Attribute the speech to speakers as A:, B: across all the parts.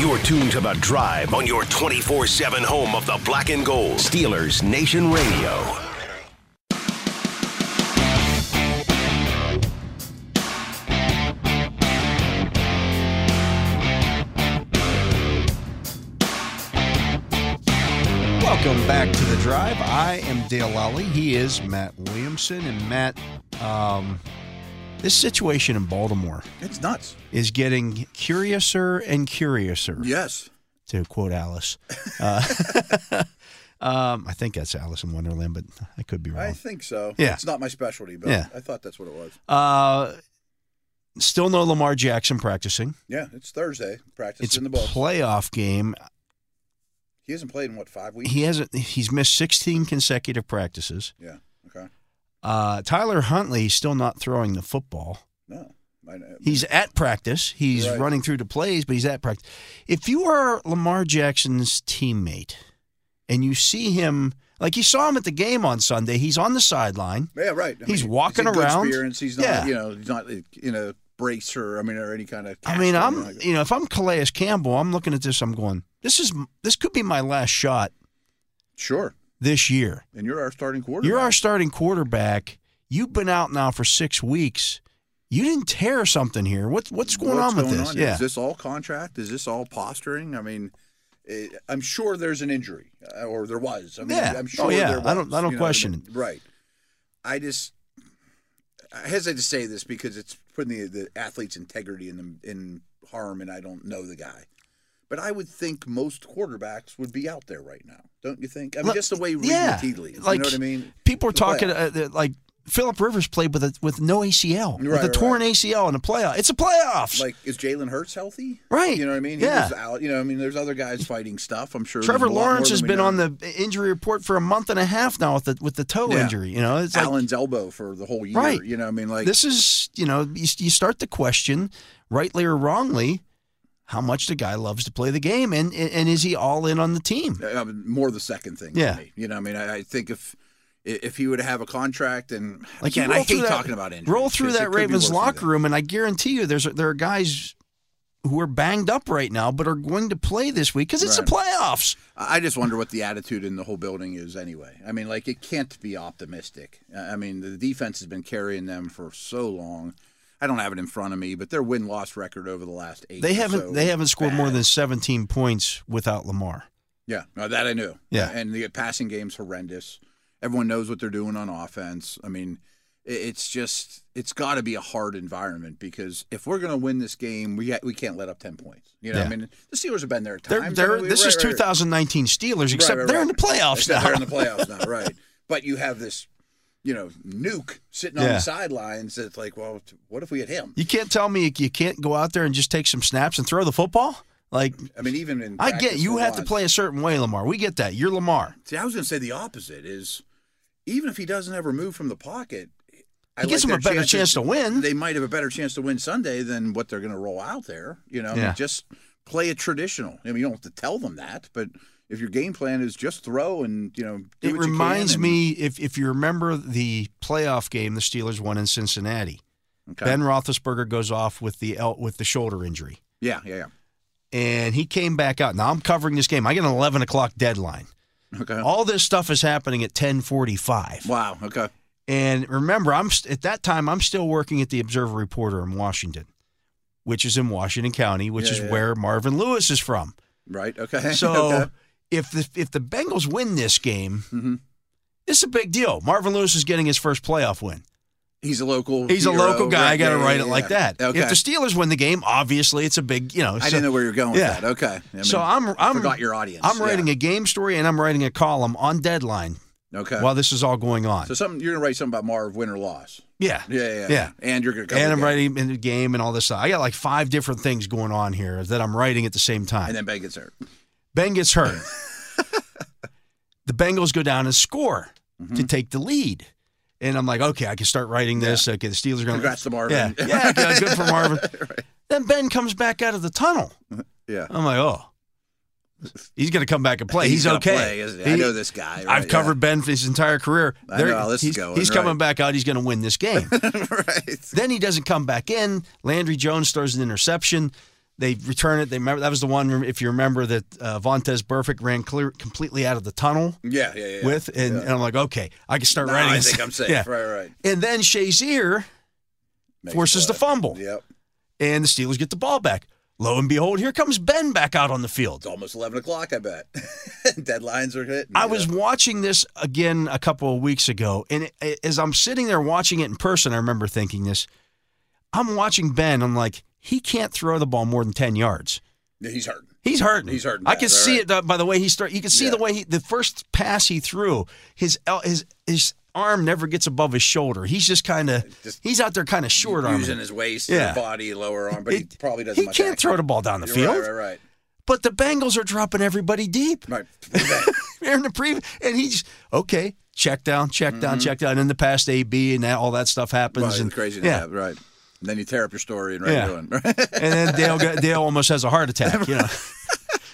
A: You're tuned to The Drive on your 24 7 home of the black and gold. Steelers Nation Radio.
B: Welcome back to the drive. I am Dale Lally. He is Matt Williamson, and Matt, um, this situation in Baltimore
C: It's nuts.
B: is getting curiouser and curiouser.
C: Yes.
B: To quote Alice, uh, um, I think that's Alice in Wonderland, but I could be
C: I
B: wrong.
C: think so.
B: Yeah.
C: It's not my specialty, but
B: Yeah.
C: I thought that's what it was.
B: Uh, still no Lamar Jackson practicing.
C: Yeah, it's Thursday. Practice
B: It's
C: in the
B: a
C: books.
B: playoff game.
C: he hasn't played in what five weeks?
B: He hasn't. He's missed 16 consecutive practices.
C: yeah. Okay.
B: Uh, Tyler Huntley is still not throwing the football.
C: No. I,
B: He's at practice. He's
C: Right.
B: running through the plays, but he's at practice. If you are Lamar Jackson's teammate and you see him, like you saw him at the game on Sunday, he's on the sideline.
C: yeah, right. I
B: he's
C: mean,
B: walking
C: he's in good
B: around.
C: Spirits. He's not,
B: Yeah.
C: you know, he's not like, in a brace or I mean, or any kind of.
B: I
C: cast
B: mean,
C: or
B: I'm,
C: anything like that.
B: you know, if I'm Calais Campbell, I'm looking at this, I'm going, this is, this could be my last shot
C: sure.
B: this year.
C: And you're our starting quarterback.
B: You're our starting quarterback. You've been out now for six weeks. You didn't tear something here. What, what's going
C: What's
B: on with
C: going
B: this?
C: on?
B: Yeah.
C: Is this all contract? Is this all posturing? I mean, it, I'm sure there's an injury, uh, or there was. I mean,
B: Yeah. Oh,
C: I'm sure
B: yeah.
C: there was.
B: I don't- I don't
C: you know what
B: question
C: mean? Right. I just I hesitate to say this because it's putting the, the athlete's integrity in the, in harm, and I don't know the guy. But I would think most quarterbacks would be out there right now, don't you think? I mean,
B: Look,
C: just the way reading
B: yeah,
C: the tea leaves.
B: like,
C: you know what I mean?
B: people are
C: The playoffs.
B: talking uh, that, like Philip Rivers played with a with no ACL, with
C: Right,
B: a
C: right.
B: torn ACL in a playoff. It's a playoffs.
C: Like, is Jalen Hurts healthy?
B: Right.
C: You know what I mean?
B: Yeah.
C: He was out. You know, I mean, there's other guys fighting stuff. I'm sure.
B: Trevor
C: there's a lot
B: Lawrence
C: more
B: has
C: than we
B: been
C: know.
B: on the injury report for a month and a half now with the with the toe
C: Yeah.
B: injury. You know, it's like
C: Allen's elbow for the whole year.
B: Right.
C: You know, I mean, like
B: this is you know you, you start to question, rightly or wrongly, how much the guy loves to play the game and and is he all in on the team?
C: I mean, uh, more the second thing.
B: Yeah.
C: To me. You know, I mean, I, I think if if he would have a contract and
B: Like you
C: again,
B: roll
C: I hate
B: through that-
C: talking about injuries.
B: Roll through
C: 'cause it
B: that
C: could be worse
B: Ravens
C: than
B: locker
C: that.
B: room, and I guarantee you, there's there are guys who are banged up right now, but are going to play this week because it's the playoffs.
C: I I just wonder what the attitude in the whole building is anyway. I mean, like it can't be optimistic. Uh, I I mean, the defense has been carrying them for so long. I don't have it in front of me, but their win loss record over the last eight.
B: They
C: or
B: haven't
C: so
B: they
C: is
B: haven't scored
C: bad.
B: more than 17 points without Lamar.
C: Yeah, no, that I knew.
B: Yeah.
C: and the passing game's horrendous. Everyone knows what they're doing on offense. I mean, i- it's just it's got to be a hard environment because if we're going to win this game, we ha- we can't let up ten points. You know,
B: Yeah.
C: I mean, the Steelers have been there. At
B: They're,
C: times. I
B: they're,
C: mean, we-
B: this is
C: right, right, right.
B: 2019 Steelers, except
C: Right, right,
B: they're
C: right.
B: in the playoffs
C: Except
B: now.
C: They're in the playoffs now, right? But you have this, you know, nuke sitting on
B: Yeah.
C: the sidelines. It's like, well, what if we hit him?
B: You can't tell me you can't go out there and just take some snaps and throw the football. Like
C: I mean, even in
B: I
C: practice
B: get, you
C: for
B: have to
C: once.
B: play a certain way, Lamar. We get that. You're Lamar.
C: See, I was going to say the opposite is even if he doesn't ever move from the pocket, I
B: It gives
C: like
B: him a
C: their
B: better chance to win.
C: They might have a better chance to win Sunday than what they're going to roll out there. You know,
B: Yeah.
C: just play it traditional. I mean, you don't have to tell them that, but if your game plan is just throw and you know, do
B: it
C: what you can
B: reminds
C: and-
B: me if if you remember the playoff game the Steelers won in Cincinnati.
C: Okay.
B: Ben Roethlisberger goes off with the el- with the shoulder injury.
C: yeah, yeah,
B: and he came back out. Now I'm covering this game. I get an 11 o'clock deadline.
C: yeah. Okay.
B: All this stuff is happening at 10:45.
C: wow. Okay.
B: And remember, I'm st- at that time I'm still working at the Observer Reporter in Washington. which is in Washington County, which
C: Yeah,
B: is
C: yeah.
B: where Marvin Lewis is from.
C: Right. Okay.
B: So
C: okay.
B: if the if the Bengals win this game,
C: Mm-hmm.
B: it's a big deal. Marvin Lewis is getting his first playoff win.
C: he's a local.
B: He's a
C: hero,
B: local guy. I
C: right?
B: got to
C: Yeah,
B: write
C: yeah,
B: it like
C: yeah.
B: that.
C: Okay.
B: If the Steelers win the game, obviously it's a big, you know.
C: I didn't know where you were going
B: Yeah.
C: with that. Okay. I mean,
B: so I'm I'm
C: forgot your audience.
B: I'm writing a game story and I'm writing a column on deadline
C: a okay.
B: while this is all going on.
C: so something you're gonna write something about Marv win or loss.
B: yeah.
C: Yeah. Yeah.
B: Yeah.
C: And you're gonna cover
B: And
C: the
B: I'm
C: game.
B: writing in the game and all this stuff. I got like five different things going on here that I'm writing at the same time.
C: And then Ben gets hurt.
B: Ben gets hurt. the Bengals go down and score
C: Mm-hmm.
B: to take the lead. And I'm like, okay, I can start writing this. Okay, the Steelers are going
C: Congrats to Marvin.
B: Yeah, yeah good, good for Marvin. Then Ben comes back out of the tunnel.
C: Yeah.
B: I'm like, oh, he's going to come back and play. He's,
C: gonna
B: okay.
C: Play, isn't he? I
B: He-
C: know this guy.
B: I've
C: right,
B: covered Ben for his entire career.
C: I
B: There-
C: know how this
B: he's
C: is going,
B: he's
C: right.
B: coming back out. He's going to win this game.
C: Yeah. right.
B: then he doesn't come back in. Landry Jones throws an interception. They return it. They remember that was the one. If you remember that uh, Vontez Burfict ran clear completely out of the tunnel
C: Yeah. Yeah. Yeah.
B: with, and, and I'm like, okay, I can start
C: No,
B: writing.
C: I
B: this.
C: think I'm safe.
B: Yeah.
C: Right. Right.
B: And then Shazier
C: Makes
B: forces the
C: blood.
B: fumble,
C: Yep.
B: and the Steelers get the ball back. Lo and behold, here comes Ben back out on the
C: It's
B: field.
C: almost eleven o'clock. I bet. Deadlines are hit.
B: I was watching this again a couple of weeks ago, and it, as I'm sitting there watching it in person, I remember thinking this. I'm watching Ben. I'm like, he can't throw the ball more than ten yards.
C: He's hurt.
B: He's hurting.
C: He's hurting
B: I
C: bad,
B: can
C: right,
B: see
C: right.
B: it uh, by the way he start. You can see
C: Yeah.
B: the way he, the first pass he threw. His el- his his arm never gets above his shoulder. He's just kind of
C: Just-
B: he's out there kind of short arm.
C: using his waist,
B: Yeah.
C: his body, lower arm, but he probably doesn't.
B: He
C: much
B: can't
C: action.
B: throw the ball down the
C: You're
B: field.
C: Right, right, right.
B: But the Bengals are dropping everybody deep.
C: Right.
B: They're in the pre and he's okay. Check down, check down, check down. In the past, AB and that, all that stuff happens.
C: Mm-hmm. Right,
B: and
C: crazy.
B: yeah.
C: Yeah. Right. And then you tear up your story and right
B: Yeah.
C: doing. Right.
B: and then Dale got, Dale almost has a heart attack, you know,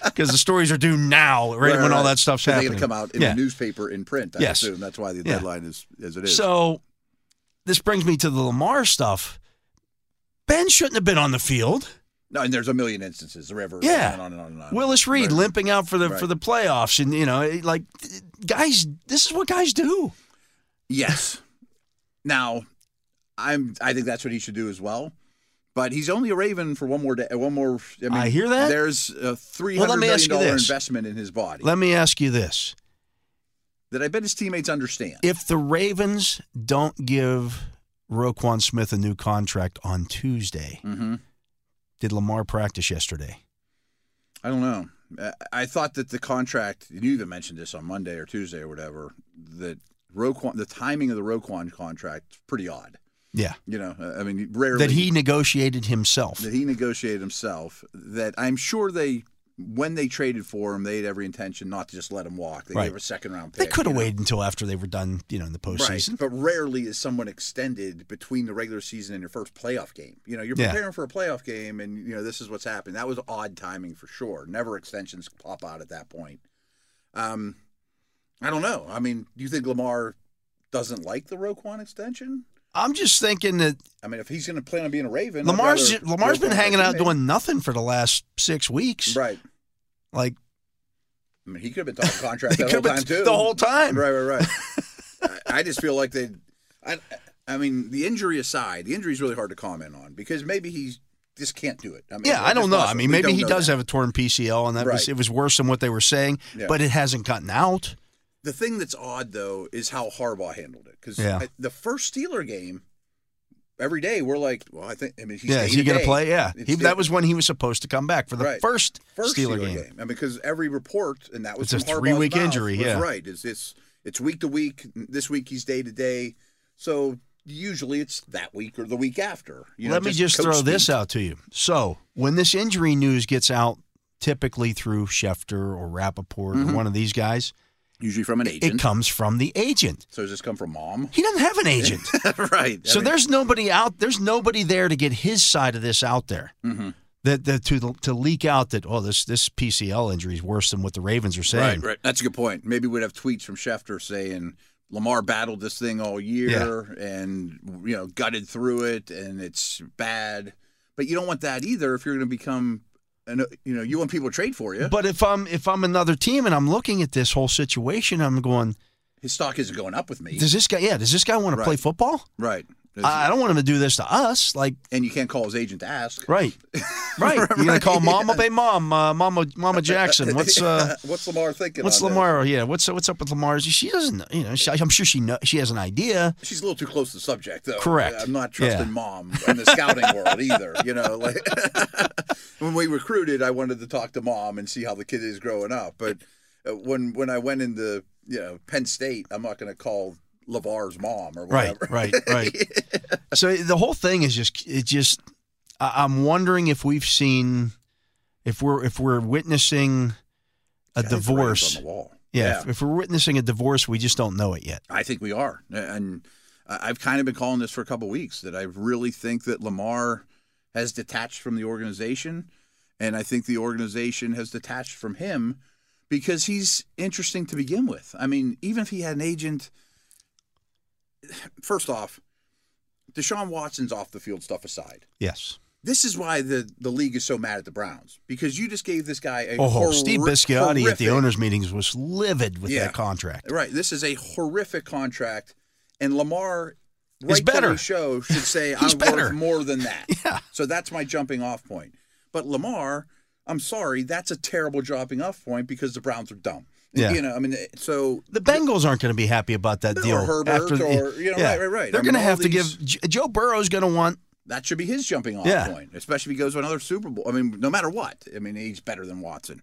B: because the stories are due now, right, when all that stuff's
C: They're
B: happening.
C: going to come out in
B: yeah.
C: the newspaper in print. I
B: Yes.
C: assume that's why the
B: Yeah.
C: deadline is as it is.
B: So this brings me to the Lamar stuff. Ben shouldn't have been on the field.
C: no, and there's a million instances. The river.
B: Yeah.
C: And on and on and on.
B: Willis Reed
C: Right.
B: limping out for the
C: Right.
B: for the playoffs, and you know, it- like guys, this is what guys do.
C: Yes. Now, I'm. I think that's what he should do as well. But he's only a Raven for one more day. uh, One more. I, mean,
B: I hear that.
C: There's a three
B: Well,
C: hundred
B: let me ask you
C: dollar
B: this.
C: investment in his body
B: Let me ask you this:
C: that I bet his teammates understand.
B: If the Ravens don't give Roquan Smith a new contract on Tuesday,
C: hmm
B: did Lamar practice yesterday?
C: I don't know. Uh, I thought that the contract. You even mentioned this on Monday or Tuesday or whatever. That Roquan, the timing of the Roquan contract, is pretty odd.
B: Yeah,
C: You know, uh, I mean, rarely
B: that he negotiated himself.
C: that he negotiated himself. That I'm sure they, when they traded for him, they had every intention not to just let him walk. They
B: Right.
C: gave a second round
B: They
C: pick.
B: could have
C: you know?
B: waited until after they were done, you know, in the
C: Right,
B: postseason.
C: but rarely is someone extended between the regular season and your first playoff game. You know, you're
B: Yeah.
C: preparing for a playoff game, and you know this is what's happened. That was odd timing for sure. Never extensions pop out at that point. Um, I don't know. I mean, do you think Lamar doesn't like the Roquan extension?
B: I'm just thinking that
C: I mean, if he's going to plan on being a Raven, I'd
B: Lamar's
C: rather
B: Lamar's
C: Roquan
B: been
C: as a
B: hanging out
C: teammate.
B: doing nothing for the last six weeks.
C: right.
B: Like
C: I mean, he could have been talking contract
B: They
C: the whole
B: could've
C: time
B: been-
C: too.
B: the whole time.
C: Right, right, right. I, I just feel like they. I, I mean, the injury aside, the injury's really hard to comment on because maybe he just can't do it. I mean,
B: yeah, I
C: it's
B: don't know. I
C: possible.
B: mean,
C: We
B: maybe
C: don't
B: he
C: know
B: does
C: that.
B: have a torn PCL, and that was
C: Right.
B: it was worse than what they were saying.
C: Yeah.
B: But it hasn't gotten out.
C: The thing that's odd though is how Harbaugh handled it because
B: Yeah.
C: the first Steeler game, every day we're like, well, I think. I mean, he's
B: yeah, is he
C: going
B: going
C: to
B: to play? Yeah,
C: It's
B: he,
C: the-
B: that was when he was supposed to come back for the
C: Right.
B: first,
C: first
B: Steeler game.
C: I mean, because every report and that was
B: It's a
C: from Harbaugh's
B: three-week
C: mouth
B: injury,
C: was
B: yeah.
C: right. Is it's it's week to week. This week he's day to day. So usually it's that week or the week after. You know,
B: Let me just
C: coach
B: throw this
C: speak.
B: out to you. So when this injury news gets out, typically through Schefter or Rappaport or one of these guys,
C: Usually from an Mm-hmm. agent.
B: it comes from the agent.
C: so does this come from mom?
B: He doesn't have an agent.
C: right. I
B: So
C: mean,
B: there's nobody out. There's nobody there to get his side of this out there.
C: Mm-hmm.
B: That, that to to leak out that oh this this PCL injury is worse than what the Ravens are saying.
C: Right, right. That's a good point. Maybe we'd have tweets from Schefter saying Lamar battled this thing all year and you know gutted through it and it's bad. But you don't want that either if you're going to become, an, you know, you want people to trade for you.
B: But if I'm if I'm another team and I'm looking at this whole situation, I'm going,
C: his stock isn't going up with me.
B: does this guy? Yeah, does this guy want to play
C: Right.
B: football?
C: Right.
B: I I don't want him to do this to us. Like,
C: and you can't call his agent to ask.
B: right, right. You're gonna call mom up, hey mom, uh, mama, mama Jackson. What's uh,
C: What's Lamar thinking?
B: what's
C: on this?
B: Lamar? Yeah, what's what's up with Lamar's? She doesn't, know- you know. She, I'm sure she know, she has an idea.
C: She's a little too close to the subject, though.
B: Correct.
C: I'm not trusting
B: Yeah.
C: mom in the scouting world either. You know, like when we recruited, I wanted to talk to mom and see how the kid is growing up. But uh, when when I went into you know Penn State, I'm not going to call Lavar's mom or
B: Right,
C: whatever.
B: right, right. so the whole thing is just it just I- I'm wondering if we've seen if we're if we're witnessing a
C: Guys, the writing's
B: divorce.
C: on the wall.
B: Yeah, If, if we're witnessing a divorce, we just don't know it yet.
C: I think we are, and I- I've kind of been calling this for a couple weeks that I really think that Lamar has detached from the organization, and I think the organization has detached from him because he's interesting to begin with. I mean, even if he had an agent, first off, Deshaun Watson's off the field stuff aside.
B: Yes.
C: This is why the, the league is so mad at the Browns because you just gave this guy a
B: Oh,
C: horri-
B: Steve Bisciotti at the
C: horrific-
B: owners' meetings was livid with
C: Yeah.
B: that contract.
C: Right. This is a horrific contract, and Lamar,
B: He's
C: right
B: better.
C: from the show, should say,
B: He's
C: "I'm
B: better."
C: worth more than that."
B: Yeah.
C: So that's my jumping off point. But Lamar, I'm sorry, that's a terrible jumping off point because the Browns are dumb.
B: Yeah.
C: You know, I mean, so
B: The Bengals aren't going to be happy about that
C: Or
B: deal.
C: Herbert or, you know, right, right, right.
B: They're
C: I
B: going
C: mean,
B: to
C: all
B: have to
C: these-
B: give J- Joe Burrow's going to want.
C: that should be his jumping off
B: Yeah.
C: point, especially if he goes to another Super Bowl. I mean, no matter what, I mean, he's better than Watson.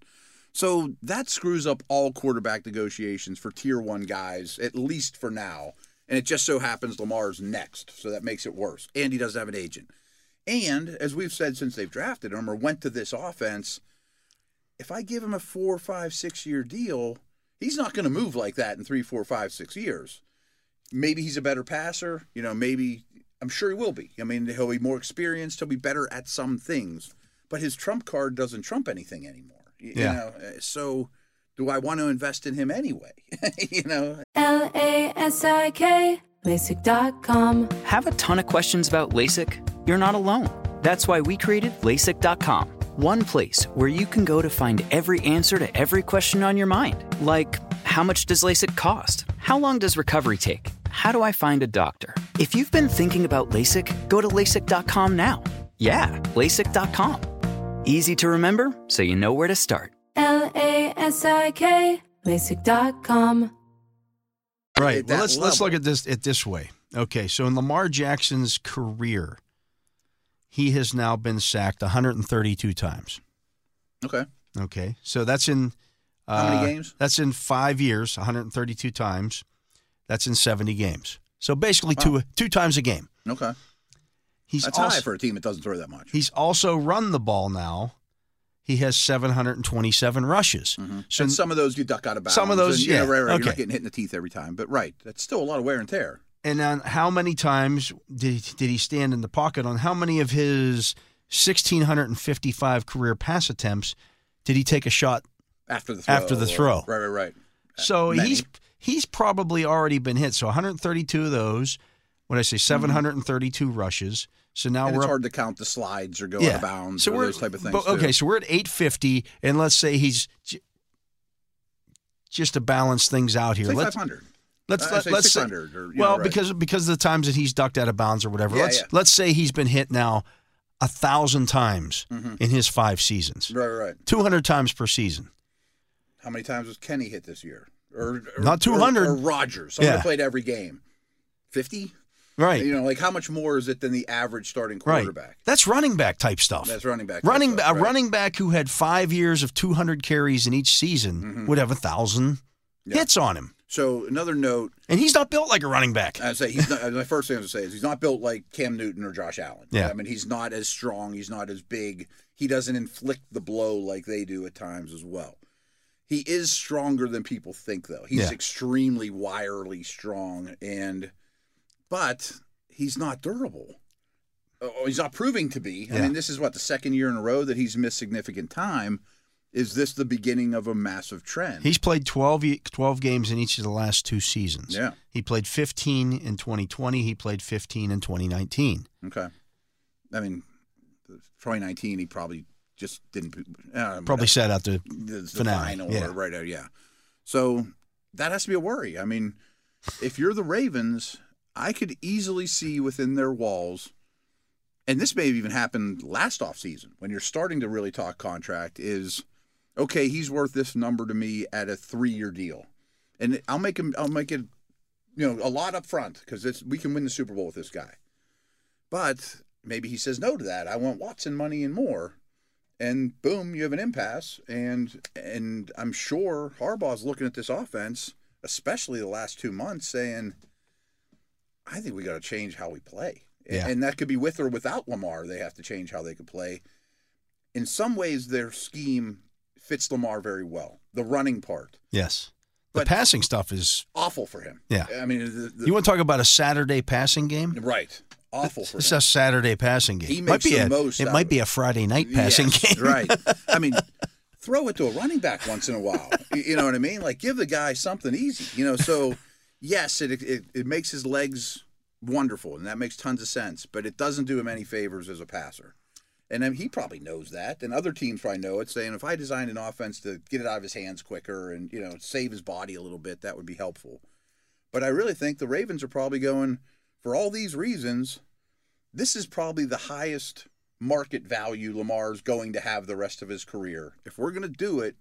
C: So that screws up all quarterback negotiations for tier one guys, at least for now. And it just so happens Lamar's next, so that makes it worse. And he doesn't have an agent. And as we've said since they've drafted him or went to this offense, if I give him a four, five, six year deal, he's not going to move like that in three, four, five, six years. Maybe he's a better passer. You know, maybe I'm sure he will be. I mean, he'll be more experienced. He'll be better at some things, but his trump card doesn't trump anything anymore. You, you
B: Yeah.
C: know, uh, so do I want to invest in him anyway? you know,
D: L A S I K, LASIK.com.
E: Have a ton of questions about LASIK? You're not alone. That's why we created LASIK.com, one place where you can go to find every answer to every question on your mind. Like, how much does LASIK cost? How long does recovery take? How do I find a doctor? If you've been thinking about LASIK, go to LASIK.com now. Yeah, LASIK.com. Easy to remember, so you know where to start.
D: L A S I K, LASIK.com.
B: Right.
C: At
B: Well,
C: that
B: let's let's
C: level.
B: look at this at this way. Okay, so in Lamar Jackson's career, he has now been sacked 132 times.
C: okay.
B: Okay, so that's in uh,
C: How many games?
B: That's in five years, 132 times. That's in 70 games. So basically, two two times a game.
C: Okay.
B: He's
C: That's
B: also,
C: high for a team that doesn't throw that much.
B: He's also run the ball now. He has 727 rushes. So
C: Mm-hmm. and some of those you duck out of bounds.
B: Some of those,
C: and, yeah,
B: yeah,
C: right, right. You're
B: okay.
C: not getting hit in the teeth every time, but right, that's still a lot of wear and tear.
B: and on how many times did he, did he stand in the pocket? On how many of his 1655 career pass attempts did he take a shot?
C: after the throw.
B: After the
C: or-
B: throw.
C: Right, right, right.
B: So
C: Uh, Many.
B: he's he's probably already been hit. So 132 of those. What did I say? 732 rushes. So now
C: Mm-hmm. and
B: we're
C: it's
B: up
C: hard to count the slides or go out of bounds or
B: we're-
C: those type of things.
B: but-
C: too.
B: okay, so we're at 850, and let's say he's j- just to balance things out here.
C: say
B: let's
C: 500.
B: let's
C: I
B: let,
C: uh, say
B: let's say,
C: 600 or, you know,
B: well
C: right.
B: because because of the times that he's ducked out of bounds or whatever.
C: Yeah,
B: let's
C: yeah.
B: let's say he's been hit now a thousand times in his five seasons,
C: Mm-hmm. Right, right, right.
B: 200 times per season.
C: How many times was Kenny hit this year? Or, or
B: Not 200.
C: Or, or Rogers. Someone
B: Yeah.
C: that played every game. 50?
B: Right,
C: You know, like how much more is it than the average starting
B: right.
C: quarterback?
B: That's running back type stuff.
C: That's running back.
B: Running
C: That's
B: ba- a
C: right.
B: running back who had five years of 200 carries in each season would have a thousand
C: Mm-hmm. Yeah.
B: hits on him,
C: So another note,
B: and he's not built like a running back.
C: I say he's not, uh, my first thing I would say is he's not built like Cam Newton or Josh Allen.
B: Yeah.
C: I mean he's not as strong. He's not as big. He doesn't inflict the blow like they do at times as well. He is stronger than people think, though. He's
B: Yeah.
C: extremely wirely strong, and but he's not durable. Oh, he's not proving to be. I
B: Yeah.
C: mean, this is what the second year in a row that he's missed significant time. Is this the beginning of a massive trend?
B: He's played 12, ye- 12 games in each of the last two seasons.
C: Yeah.
B: He played 15 in 2020. He played 15 in 2019.
C: Okay. I mean, 2019, he probably just didn't. Uh,
B: Probably sat out the.
C: the, the
B: finale,
C: final
B: yeah.
C: or right out, yeah. So that has to be a worry. I mean, if you're the Ravens, I could easily see within their walls, and this may have even happened last offseason when you're starting to really talk contract, is okay, he's worth this number to me at a three year deal. And I'll make him I'll make it you know, a lot up front because it's we can win the Super Bowl with this guy. But maybe he says no to that. I want Watson money and more. And boom, you have an impasse. And and I'm sure Harbaugh's looking at this offense, especially the last two months, saying, I think we got to change how we play. And-
B: Yeah.
C: And that could be with or without Lamar. They have to change how they could play. In some ways, their scheme fits Lamar very well. The running part,
B: Yes. The
C: But-
B: passing stuff is.
C: awful for him.
B: Yeah.
C: I mean, the, the,
B: You want to talk about a Saturday passing game?
C: right, awful for
B: It's
C: him.
B: a Saturday passing game.
C: He
B: might
C: makes
B: be
C: the
B: a,
C: most
B: It
C: out
B: might
C: of
B: be a Friday night passing
C: Yes,
B: game.
C: right. I mean, throw it to a running back once in a while. You- You know what I mean? Like give the guy something easy. You know, so yes, it it, it makes his legs wonderful, and that makes tons of sense. But it doesn't do him any favors as a passer. And then he probably knows that, and other teams probably know it. Saying if I designed an offense to get it out of his hands quicker and you know save his body a little bit, that would be helpful. But I really think the Ravens are probably going for all these reasons. This is probably the highest market value Lamar's going to have the rest of his career. If we're going to do it,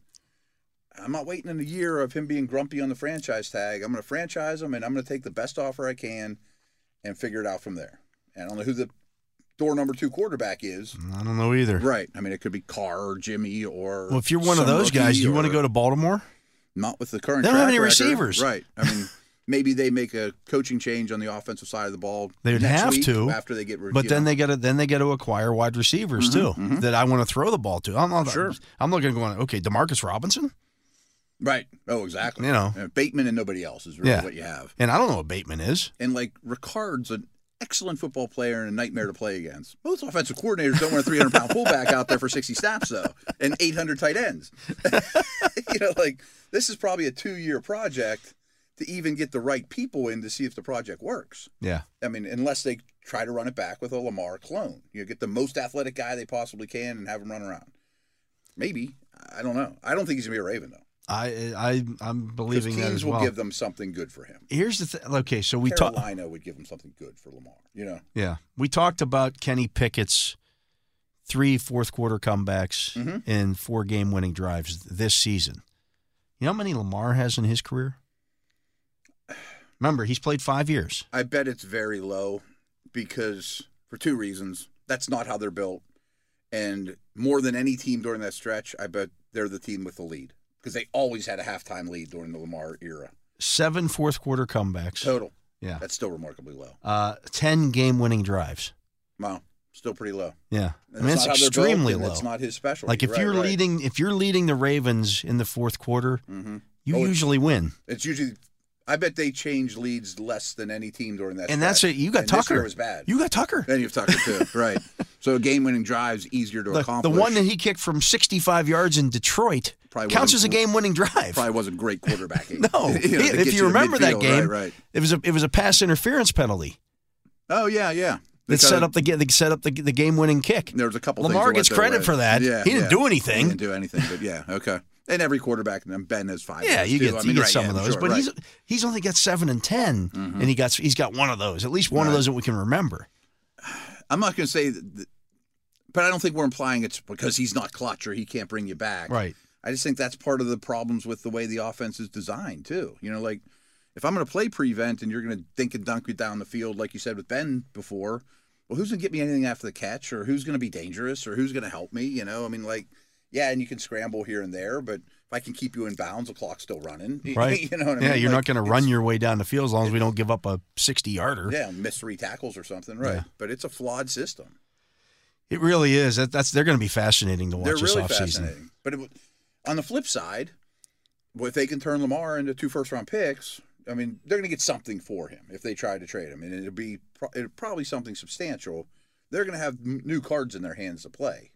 C: I'm not waiting in a year of him being grumpy on the franchise tag. I'm going to franchise him and I'm going to take the best offer I can and figure it out from there. And I don't know who the door number two quarterback is.
B: I don't know either.
C: Right. I mean, it could be Carr or Jimmy or.
B: Well, if you're one of
C: some
B: those guys,
C: rookie
B: you want
C: or-
B: to go to Baltimore?
C: not with the current.
B: They don't have
C: track
B: any
C: record.
B: receivers.
C: right? I mean, maybe they make a coaching change on the offensive side of the ball.
B: They would
C: next
B: have
C: week
B: to
C: after they get. rid-
B: But
C: you
B: then
C: know.
B: they got to then they got to acquire wide receivers too that I want to throw the ball to. I'm not
C: Mm-hmm, Sure.
B: I'm looking going okay, Demarcus Robinson,
C: right? Oh, exactly.
B: You know.
C: Uh, Bateman and nobody else is really
B: Yeah.
C: what you have.
B: and I don't know what Bateman is.
C: And like Ricard's an excellent football player and a nightmare to play against. Most offensive coordinators don't want a 300 pound fullback out there for 60 snaps though, and 800 tight ends. you know, like this is probably a two year project to even get the right people in to see if the project works.
B: Yeah,
C: I mean, unless they try to run it back with a Lamar clone. You know, get the most athletic guy they possibly can and have him run around. Maybe. I don't know. I don't think he's going to be a Raven, though.
B: I I I'm
C: 'Cause
B: believing
C: teams
B: that as
C: will
B: well.
C: give them something good for him.
B: Here's the thing. Okay, so we talked.
C: Carolina Mm-hmm. would give them something good for Lamar, you know?
B: Yeah, we talked about Kenny Pickett's three fourth quarter comebacks
C: Mm-hmm.
B: and four game winning drives this season. You know how many Lamar has in his career? Remember, he's played five years.
C: I bet it's very low because for two reasons. That's not how they're built. And more than any team during that stretch, I bet they're the team with the lead because they always had a halftime lead during the Lamar era.
B: Seven fourth quarter comebacks.
C: Total.
B: Yeah.
C: That's still remarkably low.
B: Uh, ten game winning drives.
C: Wow. Still pretty low.
B: Yeah, I
C: And
B: mean
C: that's
B: it's
C: not how they're built,
B: extremely
C: and
B: low.
C: That's not his specialty.
B: like if
C: Right,
B: you're
C: right.
B: leading, if you're leading the Ravens in the fourth quarter,
C: Mhm.
B: you
C: Oh, it's-
B: usually win.
C: it's usually. I bet they change leads less than any team during that.
B: And that's
C: stretch.
B: it. You got
C: and This
B: Tucker.
C: year was bad.
B: You got Tucker.
C: then you have Tucker too, right? So game-winning drives easier to
B: The, the
C: accomplish.
B: one that he kicked from 65 yards in Detroit
C: Probably
B: counts
C: wasn't-
B: as a game-winning drive.
C: probably wasn't great quarterbacking.
B: No,
C: You know, to
B: if
C: get
B: you,
C: to
B: remember that
C: midfield,
B: game,
C: right? Right.
B: it was a it was a pass interference penalty
C: Oh yeah, yeah. They
B: that set
C: kinda-
B: up the ga- that set up the, the game-winning kick.
C: There was a couple.
B: Lamar gets
C: things that went
B: credit
C: their way.
B: for that.
C: Yeah,
B: He didn't
C: yeah.
B: do anything.
C: He didn't do anything, but yeah, okay. And every quarterback, and Ben has five. of
B: Yeah,
C: those,
B: you
C: too.
B: get
C: I
B: you
C: mean,
B: get
C: right,
B: some
C: yeah,
B: of
C: I'm
B: those,
C: sure,
B: but
C: right. Mm-hmm.
B: he's he's only got seven and 10 and he got he's got one of those, at least one of
C: Right.
B: those that we can remember.
C: I'm not going to say, that, that- but I don't think we're implying it's because he's not clutch or he can't bring you back. I just think that's part of the problems with the way the offense is designed too. You know, like if I'm going to play prevent and you're going to dink and dunk it down the field, like you said with Ben before, well, who's going to get me anything after the catch, or who's going to be dangerous, or who's going to help me? You know, I mean, like, yeah, and you can scramble here and there, but if I can keep you in bounds, the clock's still running.
B: Right.
C: you know what I mean?
B: yeah, you're
C: Like,
B: not going to
C: it's-
B: run your way down the field as long as we don't give up a 60 yarder.
C: yeah, miss three tackles or something, right?
B: Yeah.
C: But it's a flawed system.
B: It really is. That, that's they're going to be fascinating to watch
C: They're
B: this
C: really
B: offseason.
C: fascinating. But it, would- on the flip side, well, if they can turn Lamar into two first round picks, I mean, they're going to get something for him if they try to trade him, and it'll be pro- it'll probably something substantial. They're going to have m- new cards in their hands to play.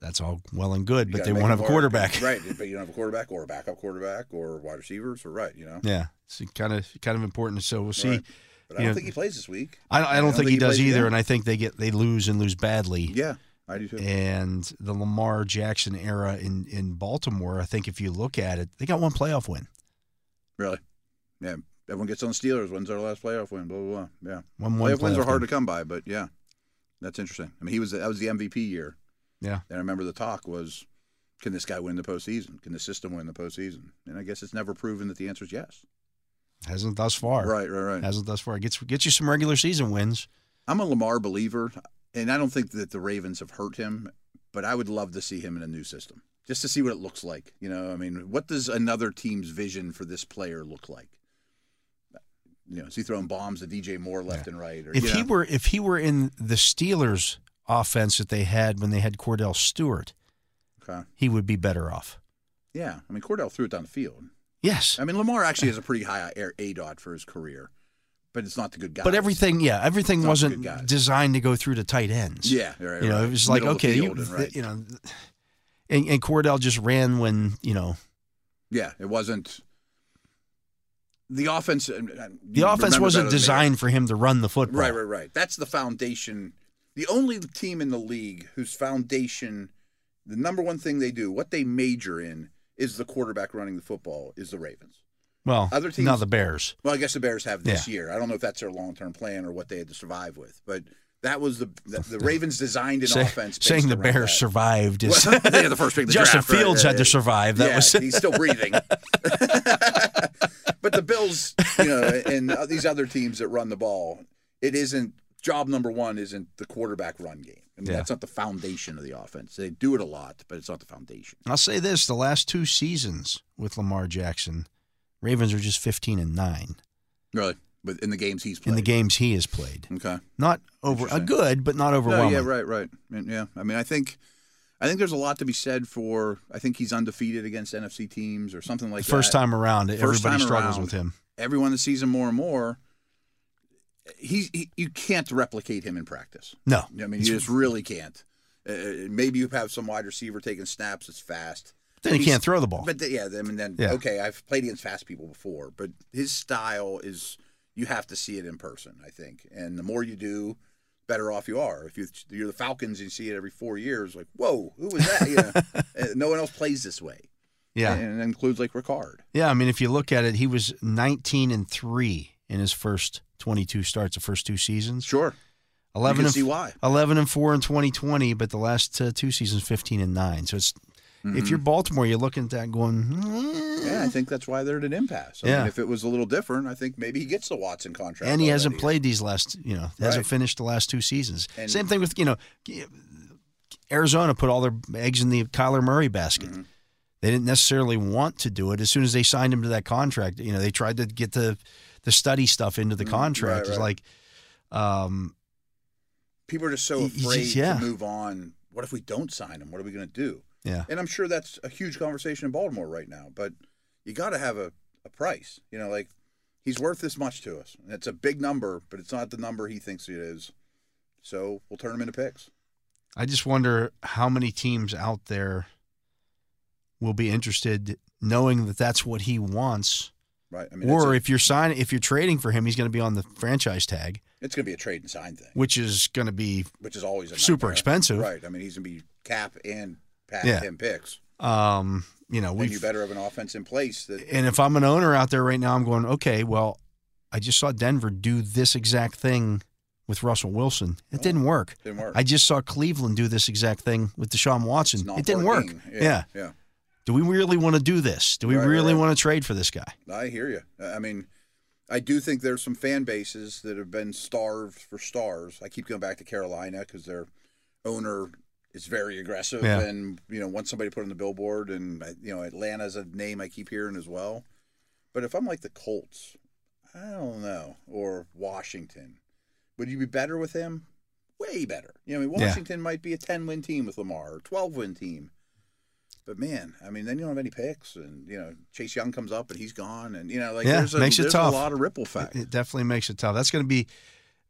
B: That's all well and good,
C: You
B: but
C: gotta
B: they
C: make
B: won't
C: them
B: have a
C: work.
B: quarterback.
C: right? But you don't have a quarterback or a backup quarterback or wide receivers or right, you know.
B: Yeah, it's kind of kind of important. So we'll see.
C: Right. But I don't
B: you know,
C: think he plays this week.
B: I don't, I don't think, he does
C: plays
B: either,
C: again.
B: and I think they get they lose and lose badly.
C: yeah, I do too.
B: And the Lamar Jackson era in in Baltimore, I think if you look at it, they got one playoff win.
C: Really? Yeah, everyone gets on Steelers. When's their last playoff win? Blah blah blah. Yeah,
B: One one
C: playoff wins
B: playoff
C: are hard
B: game.
C: to come by, but yeah, that's interesting. I mean, he was that was the MVP year,
B: Yeah.
C: and I remember the talk was, can this guy win the postseason? Can the system win the postseason? And I guess it's never proven that the answer is yes.
B: Hasn't thus far.
C: Right, right, right.
B: Hasn't thus far. Gets gets you some regular season wins.
C: I'm a Lamar believer, and I don't think that the Ravens have hurt him, but I would love to see him in a new system just to see what it looks like. You know, I mean, what does another team's vision for this player look like? You know, is he throwing bombs to DJ Moore left and right? Or,
B: If
C: you
B: he
C: know?
B: were if he were in the Steelers offense that they had when they had Cordell Stewart,
C: Okay.
B: he would be better off.
C: Yeah, I mean Cordell threw it down the field.
B: Yes.
C: I mean Lamar actually has a pretty high air A dot for his career, but it's not the good guy.
B: But everything, yeah, everything
C: Not
B: wasn't
C: good guys.
B: designed to go through to tight ends.
C: Yeah, right,
B: you know,
C: right.
B: it was like
C: Middle of the
B: okay, you,
C: field and right.
B: you know, and, and Cordell just ran when you know
C: yeah, it wasn't the offense. uh, The
B: the offense wasn't designed for him to run the football.
C: Right, right, right. That's the foundation. The only team in the league whose foundation, the number one thing they do, what they major in, is the quarterback running the football. Is the Ravens.
B: Well,
C: Other
B: now
C: teams-
B: the Bears.
C: Well, I guess the Bears have this
B: Yeah.
C: year. I don't know if that's their long-term plan or what they had to survive with, but that was the the, the Ravens designed an
B: Say-
C: offense. based
B: saying the
C: around
B: Bears
C: that.
B: survived is
C: Well, they had the first pick of the
B: Justin
C: draft, right?
B: Fields
C: Yeah,
B: had
C: yeah.
B: to survive. That
C: yeah,
B: was
C: he's still breathing. but the Bills, you know, and uh, these other teams that run the ball, it isn't job number one. Isn't the quarterback run game? I mean,
B: Yeah.
C: that's not the foundation of the offense. They do it a lot, but it's not the foundation.
B: I'll say this: the last two seasons with Lamar Jackson, Ravens are just fifteen and nine
C: Really, but in the games he's
B: in
C: playing.
B: the games he has played.
C: Okay.
B: Not over a
C: Interesting.
B: good, but not
C: No,
B: overwhelming.
C: Oh, yeah, right, right. And, yeah, I mean, I think. I think there's a lot to be said for. I think he's undefeated against NFC teams or something like
B: The First
C: that.
B: time around, everybody
C: time
B: struggles
C: around.
B: with him.
C: Everyone that sees him more and more, he's he, you can't replicate him in practice.
B: No,
C: I mean, you just really can't. Uh, maybe you have some wide receiver taking snaps that's fast.
B: then he
C: He's-
B: can't throw the ball.
C: But th- yeah, I mean, then
B: Yeah.
C: okay, I've played against fast people before, but his style is you have to see it in person, I think. And the more you do, better off you are. If you, you're the Falcons and you see it every four years, like whoa, who was that? You know, uh, no one else plays this way.
B: yeah,
C: and, it includes like Ricard.
B: Yeah, I mean, if you look at it, he was 19 and three in his first 22 starts, the first two seasons.
C: Sure,
B: 11
C: can
B: and
C: see why.
B: 11 and four in 2020, but the last uh, two seasons, 15 and nine. So it's if you're Baltimore, you're looking at that going, "Hmm."
C: yeah, I think that's why they're at an impasse. I mean,
B: Yeah.
C: if it was a little different, I think maybe he gets the Watson contract.
B: and he hasn't
C: already.
B: played these last, you know, hasn't
C: Right.
B: finished the last two seasons.
C: And-
B: Same thing with you know, Arizona put all their eggs in the Kyler Murray basket.
C: Mm-hmm.
B: They didn't necessarily want to do it. As soon as they signed him to that contract, you know, they tried to get the the study stuff into the
C: Mm,
B: contract.
C: right,
B: It's
C: right.
B: like, um,
C: people are just so
B: Y- y-
C: afraid
B: yeah.
C: to move on. What if we don't sign him? What are we going to do?
B: yeah,
C: And I'm sure that's a huge conversation in Baltimore right now. But you got to have a, a price. You know, like he's worth this much to us. And it's a big number, but it's not the number he thinks it is. So we'll turn him into picks.
B: I just wonder how many teams out there will be interested, knowing that that's what he wants.
C: Right. I mean,
B: or
C: it's,
B: if you're signing, if you're trading for him, he's going to be on the franchise tag,
C: a- it's going to be a trade and sign thing,
B: which is going to be
C: which is always a
B: Super
C: nightmare.
B: expensive.
C: Right. I mean, he's going to be cap and pat
B: Yeah.
C: and picks.
B: Um, you know,
C: Then
B: we
C: you better have an offense in place that
B: and if I'm an owner out there right now, I'm going, okay, well, I just saw Denver do this exact thing with Russell Wilson. It didn't work.
C: Oh, didn't work.
B: I just saw Cleveland do this exact thing with Deshaun
C: It's
B: Watson.
C: not
B: It didn't work.
C: working.
B: Yeah.
C: Yeah.
B: Do we really want to do this? Do we
C: Right, right,
B: really
C: right.
B: want to trade for this guy?
C: I hear you. I I mean, I do think there's some fan bases that have been starved for stars. I keep going back to Carolina because their owner is very aggressive,
B: Yeah.
C: and you know, wants somebody to put on the billboard, and I- you know, Atlanta's a name I keep hearing as well. But if I'm like the Colts, I don't know, or Washington, would you be better with him? Way better. You know, I mean,
B: Yeah.
C: Washington might be a 10 win team with Lamar, or 12 win team. But man, I mean, then you don't have any picks, and you know Chase Young comes up and he's gone, and you know like
B: Yeah,
C: there's, a,
B: makes it
C: there's
B: tough.
C: a lot of ripple
B: It,
C: effect.
B: it definitely makes it tough. That's going to be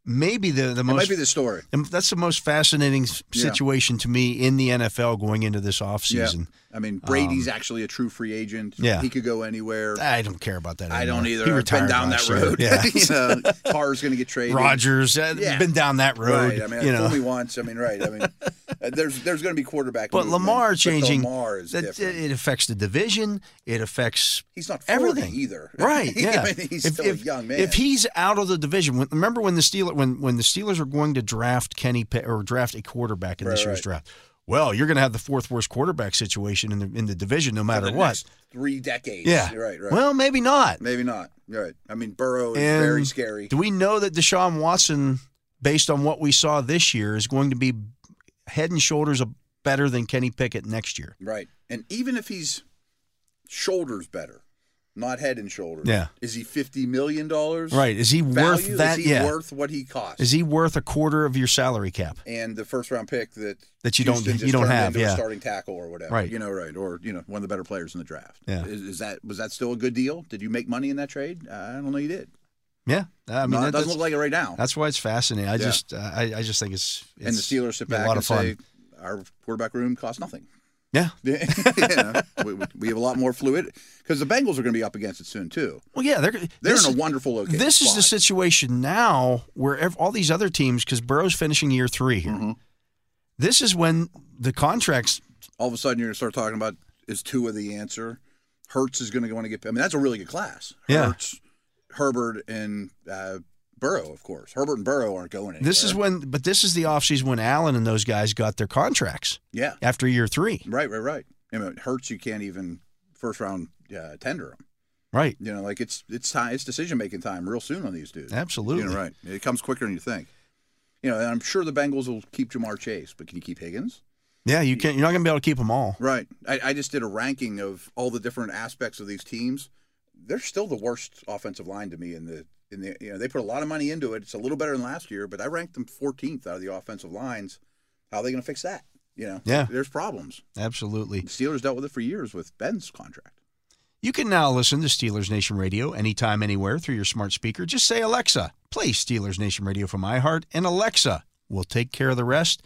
B: maybe the the
C: That
B: most
C: might be the story.
B: and that's the most fascinating s-
C: Yeah.
B: situation to me in the NFL going into this offseason.
C: Yeah. I mean, Brady's actually a true free agent.
B: Um, yeah.
C: He could go anywhere.
B: I don't care about that.
C: I
B: anymore.
C: don't either.
B: He
C: I've been
B: retired
C: down
B: last
C: that
B: year.
C: road.
B: Yeah.
C: you know, Carr's going to get traded.
B: Rodgers, uh,
C: Yeah.
B: been down that road.
C: Right. I mean,
B: you know.
C: fool me once. I mean, right. I mean, uh, there's there's going to be quarterback.
B: But
C: movement,
B: Lamar
C: but
B: changing
C: Lamar is
B: that-
C: different.
B: it affects the division. It affects
C: he's not 40
B: everything
C: either.
B: Right?
C: I
B: Yeah.
C: mean, he's still a young man.
B: If he's out of the division, when, remember when the Steelers when when the Steelers were going to draft Kenny Pick or draft a quarterback in this
C: Right,
B: year's
C: right.
B: draft? Well, you're going to have the fourth worst quarterback situation in the in the division, no
C: for
B: matter
C: the
B: what.
C: next three decades.
B: yeah.
C: You're Right. Right.
B: Well, maybe not.
C: Maybe not. You're Right. I mean, Burrow is
B: And
C: very scary.
B: Do we know that Deshaun Watson, based on what we saw this year, is going to be head and shoulders ab- better than Kenny Pickett next year?
C: Right. And even if he's shoulders better, not head and shoulders.
B: Yeah.
C: Is he fifty million dollars?
B: Right? Is he worth
C: Value?
B: that?
C: Is he
B: yeah.
C: worth what he costs?
B: is he worth a quarter of your salary cap?
C: and the first round pick that
B: That you don't-
C: Houston just
B: you don't
C: turned
B: have,
C: into
B: yeah.
C: a starting tackle or whatever
B: Right.
C: you know right or you know one of the better players in the draft
B: Yeah.
C: is, is that was that still a good deal did you make money in that trade I don't know you did
B: Yeah. I mean,
C: No,
B: that-
C: it doesn't
B: that's,
C: look like it right now
B: that's why it's fascinating. I
C: Yeah.
B: just, uh, I, I just think it's, it's
C: and the Steelers sit
B: be
C: back
B: a lot
C: and
B: of fun.
C: say our quarterback room costs nothing
B: yeah.
C: You know, we, we- we have a lot more fluid because the Bengals are going to be up against it soon too
B: Well, yeah, they're
C: they're
B: this,
C: in a wonderful location
B: This is the
C: spot.
B: situation now where ev- all these other teams, because Burrow's finishing year three here.
C: Mm-hmm.
B: This is when the contracts
C: all of a sudden you're going to start talking about is two of the answer. Hertz is going to want to get. I mean, that's a really good class.
B: Yeah.
C: Hertz, Herbert, and uh, Burrow, of course. Herbert and Burrow aren't going anywhere.
B: This is when, but this is the offseason when Allen and those guys got their contracts
C: yeah,
B: after year three.
C: right, right, right. I mean, Hertz, you can't even first round uh, tender him.
B: Right.
C: You know, like it's it's time, it's decision making time real soon on these dudes.
B: Absolutely.
C: You know, right. It comes quicker than you think. You know, and I'm sure the Bengals will keep Jamar Chase, but can you keep Higgins?
B: Yeah, you can't. You're not going to be able to keep them all.
C: Right. I, I just did a ranking of all the different aspects of these teams. They're still the worst offensive line to me in the in the you know they put a lot of money into it. It's a little better than last year, but I ranked them 14th out of the offensive lines. How are they going to fix that? You know,
B: Yeah.
C: there's problems.
B: Absolutely.
C: The Steelers dealt with it for years with Ben's contract.
B: You can now listen to Steelers Nation Radio anytime, anywhere through your smart speaker. Just say Alexa, play Steelers Nation Radio from iHeart, and Alexa will take care of the rest.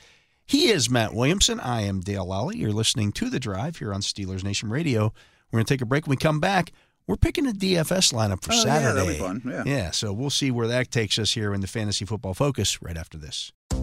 B: He is Matt Williamson. I am Dale Lally. You're listening to The Drive here on Steelers Nation Radio. We're going to take a break. When we come back, we're picking a DFS lineup for
C: Oh, yeah,
B: Saturday.
C: that'll be fun. Yeah.
B: Yeah, so we'll see where that takes us here in the Fantasy Football Focus right after this.